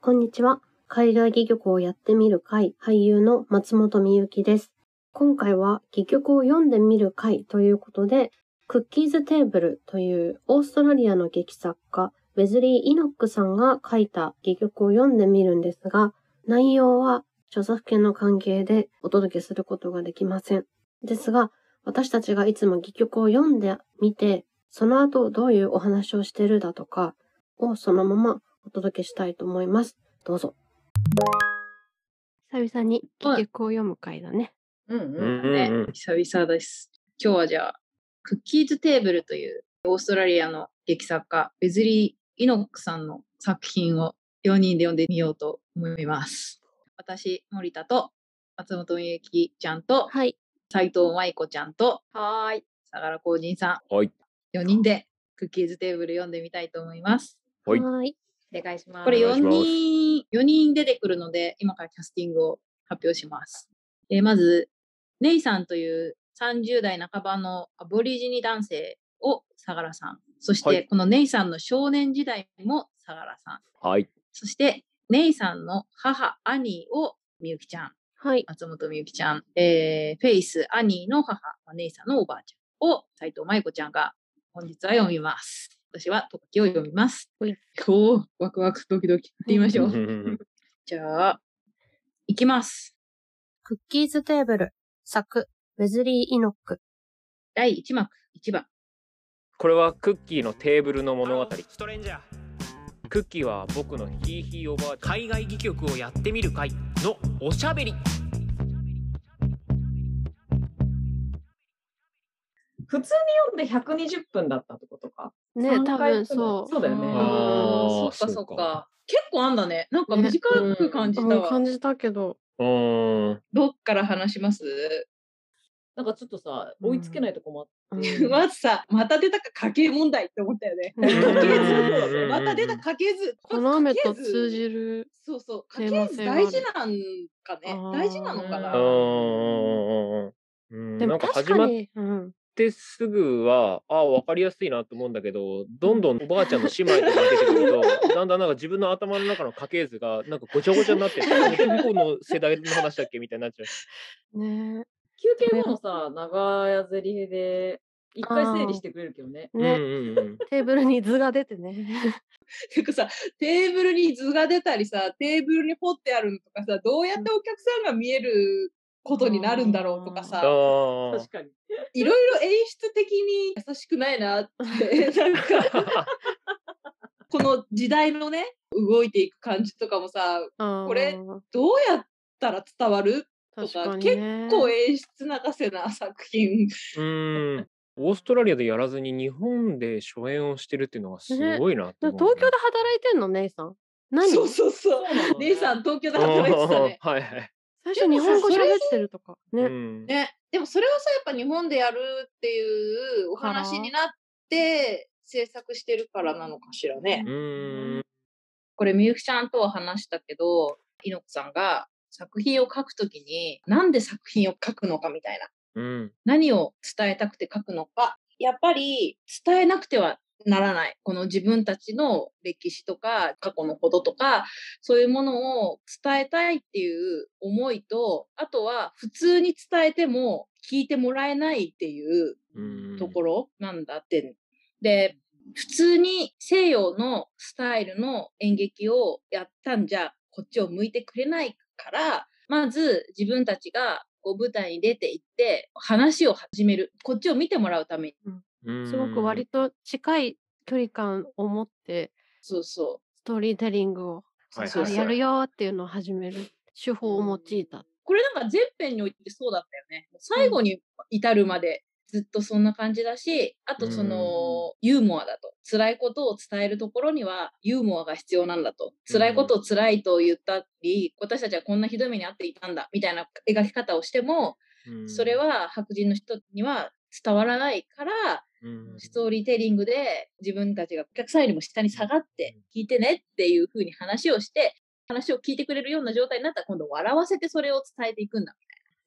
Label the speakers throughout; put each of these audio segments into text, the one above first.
Speaker 1: こんにちは。海外戯曲をやってみる会俳優の松本美由紀です。今回は戯曲を読んでみる会ということで、クッキーズテーブルというオーストラリアの劇作家、ウェズリー・イノックさんが書いた戯曲を読んでみるんですが、内容は著作権の関係でお届けすることができません。ですが、私たちがいつも戯曲を読んでみて、その後どういうお話をしてるだとかをそのままお届けしたいと思います。どうぞ。久々に戯曲を読む回だね。
Speaker 2: うんうん
Speaker 3: うんうんうん
Speaker 2: ね久々です。今日はじゃあ、クッキーズテーブルというオーストラリアの劇作家、ベズリー・イノックさんの作品を4人で読んでみようと思います。私、森田と松本美由紀ちゃんと
Speaker 1: はい。
Speaker 2: 斉藤舞子ちゃんと
Speaker 4: はーい。
Speaker 2: 相良浩人さ
Speaker 3: はい。
Speaker 2: ん4人でクッキーズテーブル読んでみたいと思います。
Speaker 3: はい
Speaker 1: ーい。
Speaker 4: お願いします。
Speaker 2: これ
Speaker 3: よお願い
Speaker 2: 4
Speaker 3: します
Speaker 2: 人、4人出てくるので、今からキャスティングを発表します。えーまず、ネイさんという30代半ばのアボリジニ男性を相良さん。そし
Speaker 3: は
Speaker 2: て、
Speaker 3: い
Speaker 2: このネイさんの少年時代も相良さん。
Speaker 3: はい。
Speaker 2: そして、ネイさんの母、アニーをみゆきちゃん。
Speaker 1: はい。
Speaker 2: 松本みゆきちゃん。えーフェイス、アニーの母、まあネイさんのおばあちゃんを斉藤舞子ちゃんが本日は読みます。私はトキを読みます。
Speaker 1: はい
Speaker 2: おーワクワクドキドキ。行ってみましょう。
Speaker 3: は
Speaker 2: じゃあ、いきます。
Speaker 1: クッキーズテーブル。作、ウェズリー・イノック。
Speaker 2: 第1幕、1番。
Speaker 3: これはクッキーのテーブルの物語。
Speaker 5: ストレンジャー
Speaker 3: クッキーは僕のひいひいおばあちゃん。
Speaker 5: 海外戯曲をやってみる会のおしゃべり
Speaker 4: 普通に読んで120分だったってことか。
Speaker 1: ね、
Speaker 4: 三
Speaker 1: 多
Speaker 4: 回
Speaker 1: 分そう。
Speaker 4: そうだよね
Speaker 3: あー
Speaker 2: うんそっかそ
Speaker 3: そう
Speaker 2: っ
Speaker 3: か
Speaker 2: か。結構あんだね。なんか短く感じた
Speaker 1: うん
Speaker 2: わ。
Speaker 1: 感じたけど。
Speaker 3: うーん。
Speaker 2: どっから話します
Speaker 4: なんかちょっとさ、
Speaker 1: うん
Speaker 4: 追いつけないとこもあ っ
Speaker 1: うん
Speaker 2: まずさ、また出たか家計問題って思ったよね。
Speaker 1: うん
Speaker 2: 家計
Speaker 3: うんうんう
Speaker 2: 図。
Speaker 3: ん
Speaker 2: また出た家計図。
Speaker 1: この雨と
Speaker 2: 家計図
Speaker 1: 通じる。
Speaker 2: そうそう。
Speaker 1: テ
Speaker 2: 家
Speaker 1: ーマ
Speaker 2: 計
Speaker 1: 性
Speaker 2: 図
Speaker 1: がある
Speaker 2: 大事なんか
Speaker 1: あ
Speaker 2: ね
Speaker 1: ー。
Speaker 2: 大事なのかな。
Speaker 3: う ーん。うん
Speaker 1: で
Speaker 3: な
Speaker 1: も
Speaker 3: んか
Speaker 1: 確
Speaker 3: 始
Speaker 1: か
Speaker 3: まっ
Speaker 1: に、うん、
Speaker 3: てすぐは、ああ、わかりやすいなと思うんだけど、どんどんおばあちゃんの姉妹とか出てくると、だんだんなんか自分の頭の中の家系図が、なんかごちゃごちゃに なってて、どこの世代の話だっけみたいになっちゃう。
Speaker 1: ね
Speaker 4: 休憩後のさ、長屋ゼリで、一回整理してくれるけどね。
Speaker 3: うん
Speaker 1: ね、
Speaker 3: うん うん。
Speaker 1: テーブルに図が出てね。
Speaker 2: てかさ、テーブルに図が出たりさ、テーブルに彫ってあるのとかさ、どうやってお客さんが見えることになるんだろうとか
Speaker 3: あ
Speaker 2: さ、
Speaker 3: ー
Speaker 4: 確かに。
Speaker 2: いろいろ演出的に優しくないなって、 なんか、この時代のね、動いていく感じとかもさ、
Speaker 1: こ
Speaker 2: これどうやったら伝わる
Speaker 1: 確
Speaker 2: とか
Speaker 1: かに、ね、
Speaker 2: こう演出泣かせな作品。
Speaker 3: うーん。オーストラリアでやらずに日本で初演をしてるっていうのがすごいなと
Speaker 1: 東
Speaker 3: 思う、
Speaker 1: 京で働いてんの姉さん。何
Speaker 2: そうそうそう。
Speaker 4: そうなの
Speaker 2: 姉さ
Speaker 4: ね。
Speaker 2: ん東京で
Speaker 3: うん
Speaker 2: 働いてたね。
Speaker 3: はいはい。
Speaker 1: 最初日本語
Speaker 2: でもさそれ
Speaker 1: 喋ってるとか。ね、
Speaker 3: うん
Speaker 2: ね、でもそれをさやっぱ日本でやるっていうお話になって制作してるからなのかしらね。
Speaker 3: うーん。
Speaker 2: これみゆきちゃんとは話したけど猪子さんが作品を書くときになんで作品を書くのかみたいな
Speaker 3: うん。
Speaker 2: 何を伝えたくて書くのかやっぱり伝えなくてはならないこの自分たちの歴史とか過去のこととかそういうものを伝えたいっていう思いとあとは普通に伝えても聞いてもらえないっていう
Speaker 3: うん
Speaker 2: ところなんだって。で、普通に西洋のスタイルの演劇をやったんじゃ、こっちを向いてくれないから、まず自分たちがこう舞台に出て行って、話を始める。こっちを見てもらうために。
Speaker 1: すごく割と近い距離感を持って
Speaker 2: そうそ
Speaker 1: ストーリーテリングを
Speaker 2: う。
Speaker 3: はい
Speaker 2: そうそう
Speaker 1: やるよーっていうのを始める手法を用いた。
Speaker 2: これなんか全編においてそうだったよね。最後に至るまでずっとそんな感じだし、あとその、ユーモアだと。辛いことを伝えるところにはユーモアが必要なんだと。辛いことを辛いと言ったり、私たちはこんなひどい目に遭っていたんだ、みたいな描き方をしても、
Speaker 3: うん
Speaker 2: それ、は白人の人には伝わらないから、
Speaker 3: うん
Speaker 2: ストーリーテリングで自分たちがお客さんよりも下に下がって聞いてねっていう風に話をして、話を聞いてくれるような状態になったら今度笑わせてそれを伝えていくんだ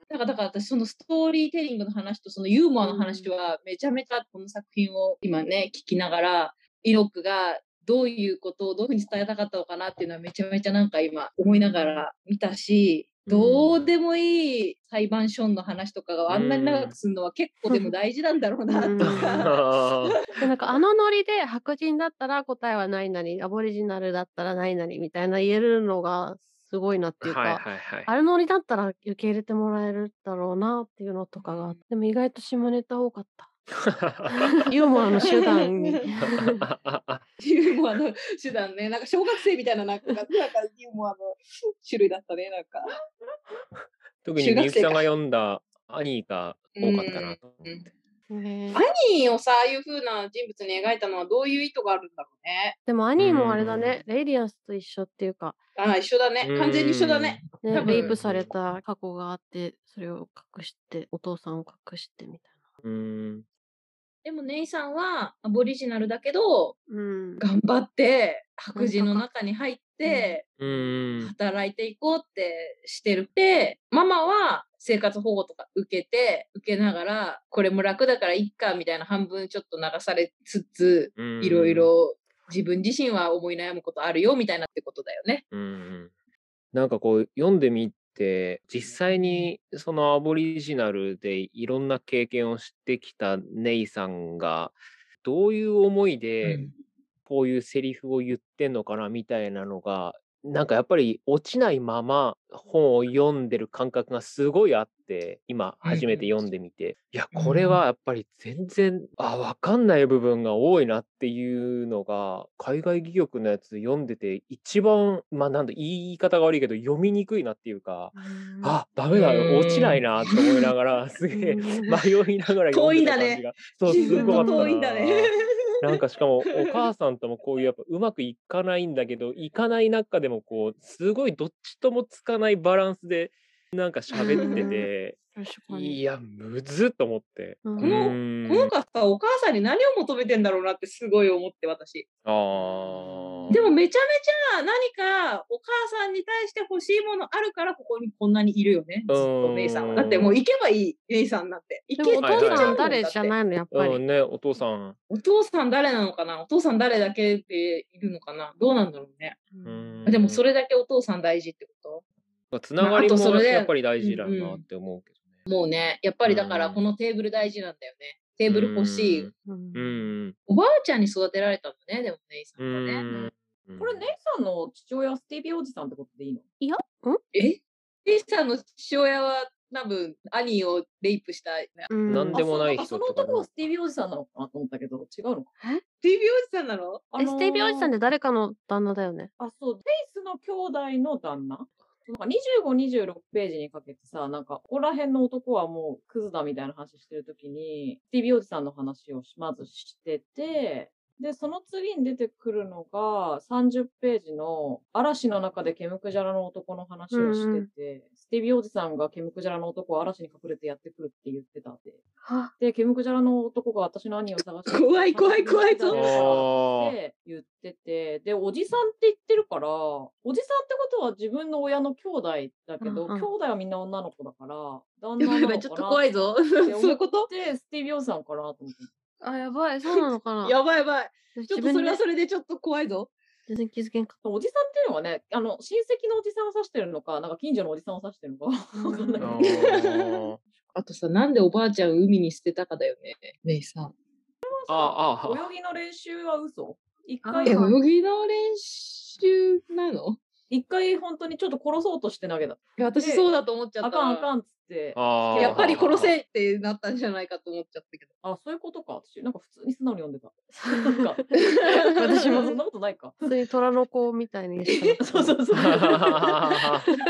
Speaker 2: みたいな。だからだから私そのストーリーテリングの話とそのユーモアの話はめちゃめちゃこの作品を今ね、聞きながら、イノックがどういうことをどういうふうに伝えたかったのかなっていうのはめちゃめちゃなんか今思いながら見たし、どうでもいい裁判所の話とかがあんなに長くするのは結構でも大事なんだろうなとか。
Speaker 3: あー
Speaker 1: でなんかあのノリで白人だったら答えは何々、アボリジナルだったら何々みたいな言えるのがすごいなっていうか、
Speaker 3: はいはいはい。
Speaker 1: あれノリだったら受け入れてもらえるだろうなっていうのとかがあって、でも意外と下ネタ多かった。ユーモアの手段に。
Speaker 2: ユーモアの手段 ね。なんか小学生みたいななんか、なんかユーモアの種類だったね、なんか。
Speaker 3: 特にみゆきさんが読んだアニーが多かったなと思って。
Speaker 1: ね
Speaker 2: アニーをさ、ああいう風な人物に描いたのはどういう意図があるんだろうね。
Speaker 1: でもアニーもあれだね、レイリアンスと一緒っていうか、
Speaker 2: ああ、一緒だね。完全に一緒だね。
Speaker 1: ね、
Speaker 2: 多分
Speaker 1: レイプされた過去があって、それを隠して、お父さんを隠してみたい
Speaker 3: うん。うん。
Speaker 2: でもネイさんはアボリジナルだけど、
Speaker 1: な。うん。
Speaker 2: 頑張って白人の中に入って、
Speaker 3: うん。
Speaker 2: 働いていこうってしてるって、ママは生活保護とか受けて、受けながら、これも楽だからいっか、みたいな半分ちょっと流されつつ、
Speaker 3: うん
Speaker 2: いろい。ろ自分自身は思い悩むことあるよ、みたいなってことだよね。
Speaker 3: うんうんなんかこう読んでみて実際にそのアボリジナルでいろんな経験をしてきたネイさんがどういう思いでこういうセリフを言ってんのかなみたいなのがなんかやっぱり落ちないまま本を読んでる感覚がすごいあって今
Speaker 2: うん
Speaker 3: 初めて読んでみていやこれはやっぱり全然あ分かんない部分が多いなっていうのが海外戯曲のやつ読んでて一番まあなんだ言い方が悪いけど読みにくいなっていうかあダメだ
Speaker 2: うん
Speaker 3: 落ちないなと思いながらすげえ
Speaker 1: うん
Speaker 3: 迷いながら読んでた
Speaker 2: 遠いんだね
Speaker 3: 感じがそう
Speaker 2: 自
Speaker 3: す
Speaker 2: 分
Speaker 3: ご
Speaker 2: と
Speaker 3: かった
Speaker 2: 遠いんだね。
Speaker 3: な。 なんかしかもお母さんともこういうやっぱうまくいかないんだけどいかない中でもこうすごいどっちともつかないバランスでなんか喋ってて
Speaker 1: 確か
Speaker 3: い
Speaker 1: に。
Speaker 3: やむずっと思って。
Speaker 1: うん
Speaker 2: この
Speaker 3: うん
Speaker 2: この方はお母さんに何を求めてんだろうなってすごい思って私。
Speaker 3: あー
Speaker 2: でもめちゃめちゃ何かお母さんに対して欲しいものあるからここにこんなにいるよね。ずっ
Speaker 3: う
Speaker 2: と
Speaker 3: ん
Speaker 2: メイさんは。だってもう行けばいいメイさんなんて。行
Speaker 1: で
Speaker 2: け
Speaker 1: もお
Speaker 2: 行けち
Speaker 1: 父
Speaker 2: ゃ
Speaker 1: さ
Speaker 2: うんもんだ
Speaker 1: 誰
Speaker 2: って
Speaker 1: じゃないの、やっぱ
Speaker 3: うん
Speaker 1: り。
Speaker 3: ねお父さん。
Speaker 2: お父さん誰なのかなお父さん誰だけでいるのかなどうなんだろうね。
Speaker 1: うん
Speaker 2: でもそ
Speaker 3: れ
Speaker 2: れだけお父さん大事ってこと
Speaker 3: つながり
Speaker 2: まああとそ
Speaker 3: も
Speaker 2: れで
Speaker 3: やっぱり大事だ
Speaker 2: うんう
Speaker 3: なんって思うけ
Speaker 2: もうね、やっぱりだか
Speaker 3: う
Speaker 2: ら
Speaker 3: ん
Speaker 2: このテーブル大事なんだよね。テ
Speaker 3: どね。
Speaker 2: ーブル欲しい。
Speaker 1: うん
Speaker 3: うん。うん
Speaker 2: おばあちゃんに育てられたんだね、でもメイさ
Speaker 3: うん
Speaker 2: はね。
Speaker 3: ん。
Speaker 4: これ、ネイさんの父親はスティービーおじさんってことでいいの
Speaker 2: えリスさんの父親は多分兄をレイプしたね
Speaker 1: うん
Speaker 3: なんでもない人
Speaker 4: あそ
Speaker 3: っ
Speaker 4: う
Speaker 3: て
Speaker 4: んか
Speaker 3: こと
Speaker 4: その男はスティービーおじさんなのかなと思ったけど、違うのか。
Speaker 2: ティービーおじさんなの
Speaker 4: あ
Speaker 1: え
Speaker 4: の
Speaker 1: ステイビーおじさんって誰かの旦那だよね。
Speaker 4: あ、そう、フェイスの兄弟の旦那なんか25、26ページにかけてさ、なんか、ここら辺の男はもうクズだみたいな話してるときに、スティービーおじさんの話をまずしてて、で、その次に出てくるのが、30ページの、嵐の中でケムクジャラの男の話をしてて、スティービーおじさんがケムクジャラの男を嵐に隠れてやってくるって言ってたって。
Speaker 1: は
Speaker 4: で、ケムクジャラの男が私の兄を探して。
Speaker 2: 怖い怖い怖い
Speaker 4: 探してるから
Speaker 3: あ
Speaker 4: っ
Speaker 3: ー
Speaker 4: て言ってて、で、おじさんって言ってるから、おじさんってことは自分の親の兄弟だけど、
Speaker 1: うんうん
Speaker 4: 兄弟はみんな女の子だから、旦
Speaker 2: だ
Speaker 4: 那
Speaker 2: か
Speaker 4: なのかな
Speaker 2: らちょっと怖いぞ。そう
Speaker 4: って思って
Speaker 2: いうこと
Speaker 4: スティービー・オーさんかなと思って。
Speaker 1: あ、やばい、そうなのかな。
Speaker 2: やばいやばい。
Speaker 1: 私
Speaker 2: ちょっと
Speaker 1: 自分
Speaker 2: それ
Speaker 1: で
Speaker 2: はそれでちょっと怖いぞ。
Speaker 1: 全然気づけんかっ
Speaker 4: おじさんっていうのはね、あの、親戚のおじさんを指してるのか、なんか近所のおじさんを指してるのか。
Speaker 1: た。
Speaker 4: わか んない
Speaker 3: あ
Speaker 1: うん
Speaker 3: ー
Speaker 2: あとさ、なんでおばあちゃんを海に捨てたかだよね。メイさん。
Speaker 3: あああ
Speaker 4: 泳ぎの練習は嘘一
Speaker 1: あ
Speaker 2: え、
Speaker 4: 回
Speaker 2: 泳
Speaker 1: ー、
Speaker 2: ぎの練習なの
Speaker 4: 一回本当にちょっと殺そうとして投げた。
Speaker 2: いや私
Speaker 4: で
Speaker 2: そうだと思っちゃ
Speaker 4: あ
Speaker 2: った。
Speaker 4: かんあかんっつって。
Speaker 3: ああ
Speaker 2: やっぱり殺
Speaker 3: る
Speaker 2: せってなったんじゃないかと思っちゃったけど。
Speaker 4: あ、そういうことか。私、なんか普通に素直に読んでた。 な んか
Speaker 1: 私も
Speaker 4: そんなことないか。
Speaker 1: 普通に虎の子みたいにして
Speaker 4: そうそうそう。
Speaker 2: 腹手だ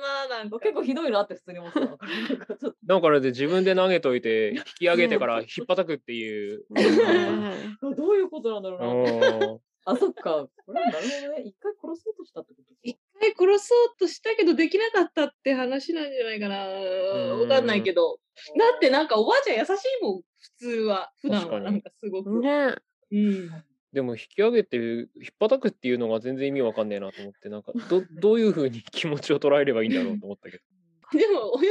Speaker 2: な、なんか。
Speaker 4: 結構ひどいなって普通に思ってた。なんかちょっ
Speaker 3: だから で自分で投げといて引き上げてから引っ叩くっていう。
Speaker 1: ましたね。
Speaker 4: とどういうことなんだろう
Speaker 3: う
Speaker 4: なって。
Speaker 3: ん
Speaker 4: あ、そっか。これはなるほどね。一回殺そうとしたってこと
Speaker 2: 一回殺そうとしたけどできなかったって話なんじゃないかな。
Speaker 3: ん
Speaker 2: わかんないけど。だってなんかおばあちゃん優しいもん、普通は。普段は
Speaker 3: 確か
Speaker 2: な
Speaker 3: に
Speaker 2: んかすごく。
Speaker 1: ね
Speaker 2: うん。
Speaker 3: でも引き上げて引っ叩く っていうのが全然意味わかんねえなと思ってなんかどどういうふうに気持ちを捉えればいいんだろうと思ったけ
Speaker 2: でも、泳ぎの練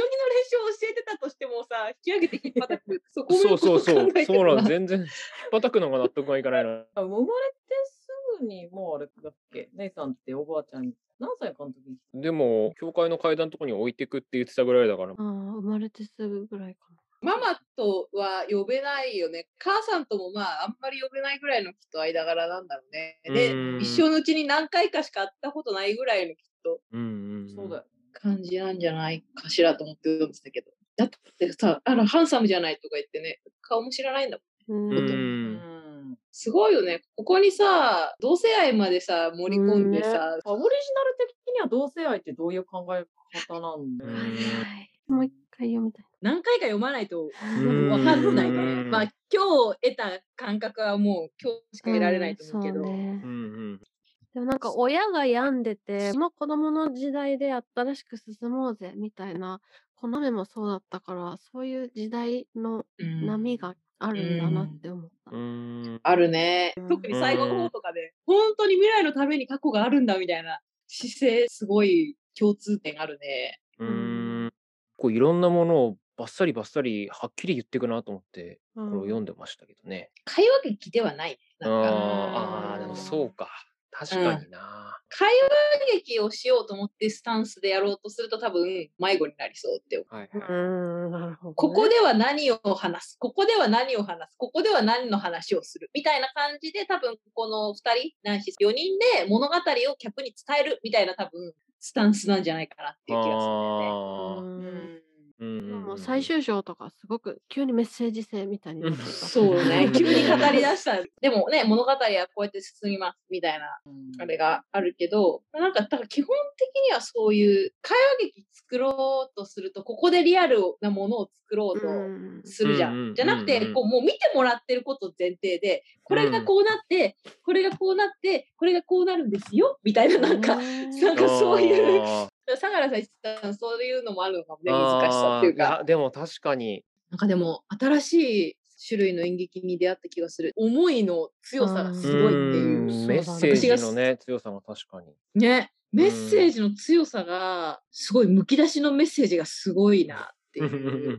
Speaker 2: 習を教えてたとしてもさ、引き上げて引っ張ってくる。そこも
Speaker 3: そうそうそ
Speaker 2: よく考えて
Speaker 3: う。
Speaker 2: る
Speaker 3: そうなん全然、引っ叩くのが納得がいかないな。
Speaker 4: あ生まれてすぐに、もうあれだっけ、姉さんっておばあちゃん、何歳かの時に
Speaker 3: でも、教会の階段のとこに置いてくって言ってたぐらいだから
Speaker 1: あ、あ、生まれてすぐぐらいか
Speaker 2: ママとは呼べないよね。母さんともまあ、あんまり呼べないぐらいのきっと間柄なんだろうね。で
Speaker 3: う、ん
Speaker 2: 一生のうちに何回かしか会ったことないぐらいのきっと
Speaker 3: うんうん。
Speaker 4: そうだよ。
Speaker 2: 感じなんじゃないかしらと思って読んでたけど。だってさ、あら、ハンサムじゃないとか言ってね、顔も知らないんだもん。
Speaker 1: な。
Speaker 3: う。
Speaker 1: うん
Speaker 4: うんん。
Speaker 2: すごいよね。ここにさ、同性愛までさ、盛り込んでさ、
Speaker 4: オリジナル的には同性愛ってどういう考え方なんだ
Speaker 3: う
Speaker 4: よ
Speaker 1: わ
Speaker 3: ん
Speaker 1: かんない。もう一回読みたい。
Speaker 2: 何回か読まないと
Speaker 3: うん
Speaker 2: わかんないね
Speaker 3: うん
Speaker 2: まあ、今日得た感覚はもう今日しか得られないと思うけど。
Speaker 1: んそうね
Speaker 3: うんうん。
Speaker 1: でもなんか親が病んでて、もう子供の時代で新しく進もうぜみたいな、この目もそうだったから、そういう時代の
Speaker 2: うん
Speaker 1: 波があるんだなって思った。
Speaker 3: うん。
Speaker 2: あるね
Speaker 1: うん。
Speaker 2: 特に最後の方とかで、本当に未来のために過去があるんだみたいな姿勢、すごい共通点あるね。
Speaker 3: うん。こういろんなものをバッサリバッサリはっきり言っていくなと思って、
Speaker 1: う
Speaker 3: こ
Speaker 1: ん
Speaker 3: れを読んでましたけどね。
Speaker 2: 会話劇ではない。
Speaker 3: あ
Speaker 2: なんか
Speaker 3: あ、ああ、でもそうか。確かにな。
Speaker 2: 会話劇をしようと思ってスタンスでやろうとすると多分迷子になりそうって思う。
Speaker 3: はいはい。
Speaker 1: うん、なるほど、ね。
Speaker 2: ここでは何を話す、ここでは何を話す、ここでは何の話をする、みたいな感じで、多分この2人、ないし4人で物語を客に伝えるみたいな多分スタンスなんじゃないかなっていう気がするんだよね。
Speaker 1: う
Speaker 3: ああ。
Speaker 1: ん。
Speaker 3: うんうんうん
Speaker 1: もう最終章とかすごく急にメッセージ性みたいになってた。
Speaker 2: そうね、急に語り出した。でもね、物語はこうやって進みます、みたいな、あれがあるけど、なんか、だから基本的にはそういう、会話劇作ろうとすると、ここでリアルなものを作ろうと。
Speaker 1: うん
Speaker 2: するじゃ
Speaker 3: うんうんうんうん
Speaker 2: ん。じゃなくて、こう、もう見てもらってること前提で、これがこうなって、これがこうなって、これがこうなるんですよ、みたいな、なんか、
Speaker 1: ね
Speaker 2: なんかそういう、
Speaker 3: あ
Speaker 2: 相良さん言ってたのそういうのもあるのかもね、
Speaker 3: ー
Speaker 2: 難しさっていう
Speaker 3: あー
Speaker 2: か。
Speaker 3: やでも確かに。
Speaker 2: なんかでも、新しい種類の演劇に出会った気がする。思いの強さがすごいっていう。
Speaker 3: うん
Speaker 1: そうだね
Speaker 3: メッセージのね、強さが確かに。
Speaker 2: ね。メッセージの強さが、すごい、むき出しのメッセージがすごいなって
Speaker 3: うんうんう
Speaker 2: い
Speaker 3: ん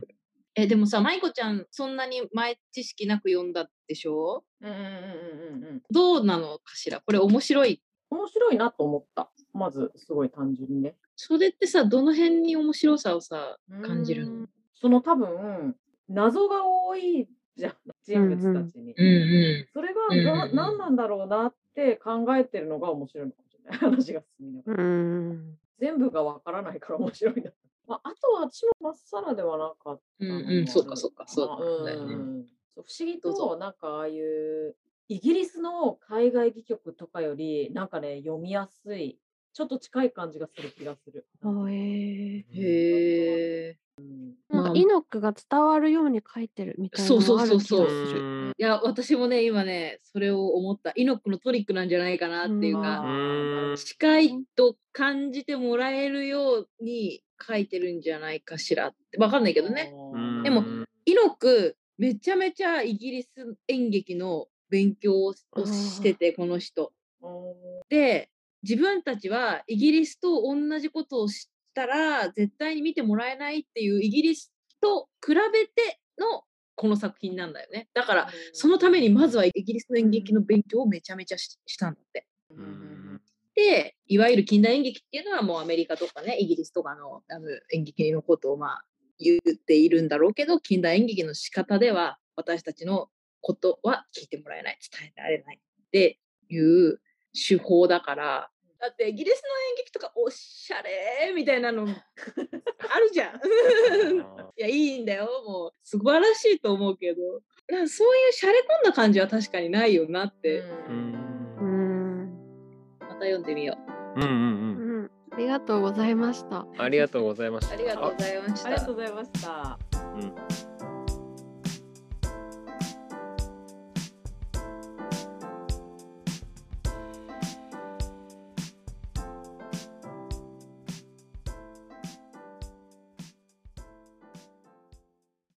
Speaker 2: う。え、でもさ、舞子ちゃん、そんなに前知識なく読んだでしょ
Speaker 4: うんうんうんうんうんうん。
Speaker 2: どうなのかしらこれ面白い。
Speaker 4: 面白いなと思った。まず、すごい単純にね。
Speaker 2: それってさ、どの辺に面白さをさ、感じるの
Speaker 4: その多分、謎が多いじゃん、人物たちに。
Speaker 2: う
Speaker 4: それ
Speaker 2: うんう
Speaker 4: がな、
Speaker 2: んうん
Speaker 4: 何なんだろうなって考えてるのが面白いのかも しれない。話が進みながら。
Speaker 1: うん。
Speaker 4: 全部がわからないから面白いな。まあ、あとは私もまっさらではなかったのもある
Speaker 2: うんうんそうかそうかそうだ
Speaker 4: う
Speaker 2: よ
Speaker 4: ん
Speaker 2: ね
Speaker 4: そう不思議
Speaker 2: どうぞ
Speaker 4: と、なんかああいう、イギリスの海外戯曲とかより、なんかね、読みやすい、ちょっと近い感じがする気がする。
Speaker 1: あえ
Speaker 2: ん。へえ。
Speaker 1: ー、な
Speaker 2: ま
Speaker 1: んか
Speaker 2: あ
Speaker 1: イノックが伝わるように書いてるみたいなのもある気
Speaker 2: そ
Speaker 1: が
Speaker 2: う
Speaker 1: す
Speaker 2: す
Speaker 1: る。
Speaker 3: る。
Speaker 2: いや、私もね、今ね、それを思った。イノックのトリックなんじゃないかなっていう
Speaker 4: あ
Speaker 2: か、
Speaker 4: ー
Speaker 2: 近いと感じてもらえるように書いてるんじゃないかしらって。わかんないけどね。
Speaker 3: うん
Speaker 2: でもイノック、めちゃめちゃイギリス演劇の勉強を
Speaker 1: あー
Speaker 2: してて、この人。
Speaker 4: うん
Speaker 2: で自分たちはイギリスと同じことをしたら絶対に見てもらえないっていうイギリスと比べてのこの作品なんだよねだからそのためにまずはイギリスの演劇の勉強をめちゃめちゃししたんだって。
Speaker 4: うんうん
Speaker 2: でいわゆる近代演劇っていうのはもうアメリカとかねイギリスとかのあの演劇のことをまあ言っているんだろうけど近代演劇の仕方では私たちのことは聞いてもらえない伝えられないっていう手法だからだってイギリスの演劇とかおしゃれみたいなのあるじゃん。 いやいいんだよもう素晴らしいと思うけどなんかそういうしゃれ込んだ感じは確かにないよなって、
Speaker 3: う
Speaker 1: うんん。
Speaker 2: また読んでみよう。
Speaker 3: うんうん
Speaker 1: うん。ありがとうございました。
Speaker 3: うん。ありがとうございました。
Speaker 2: ありがとうございまし
Speaker 4: ありが
Speaker 2: た
Speaker 4: とう。ございました。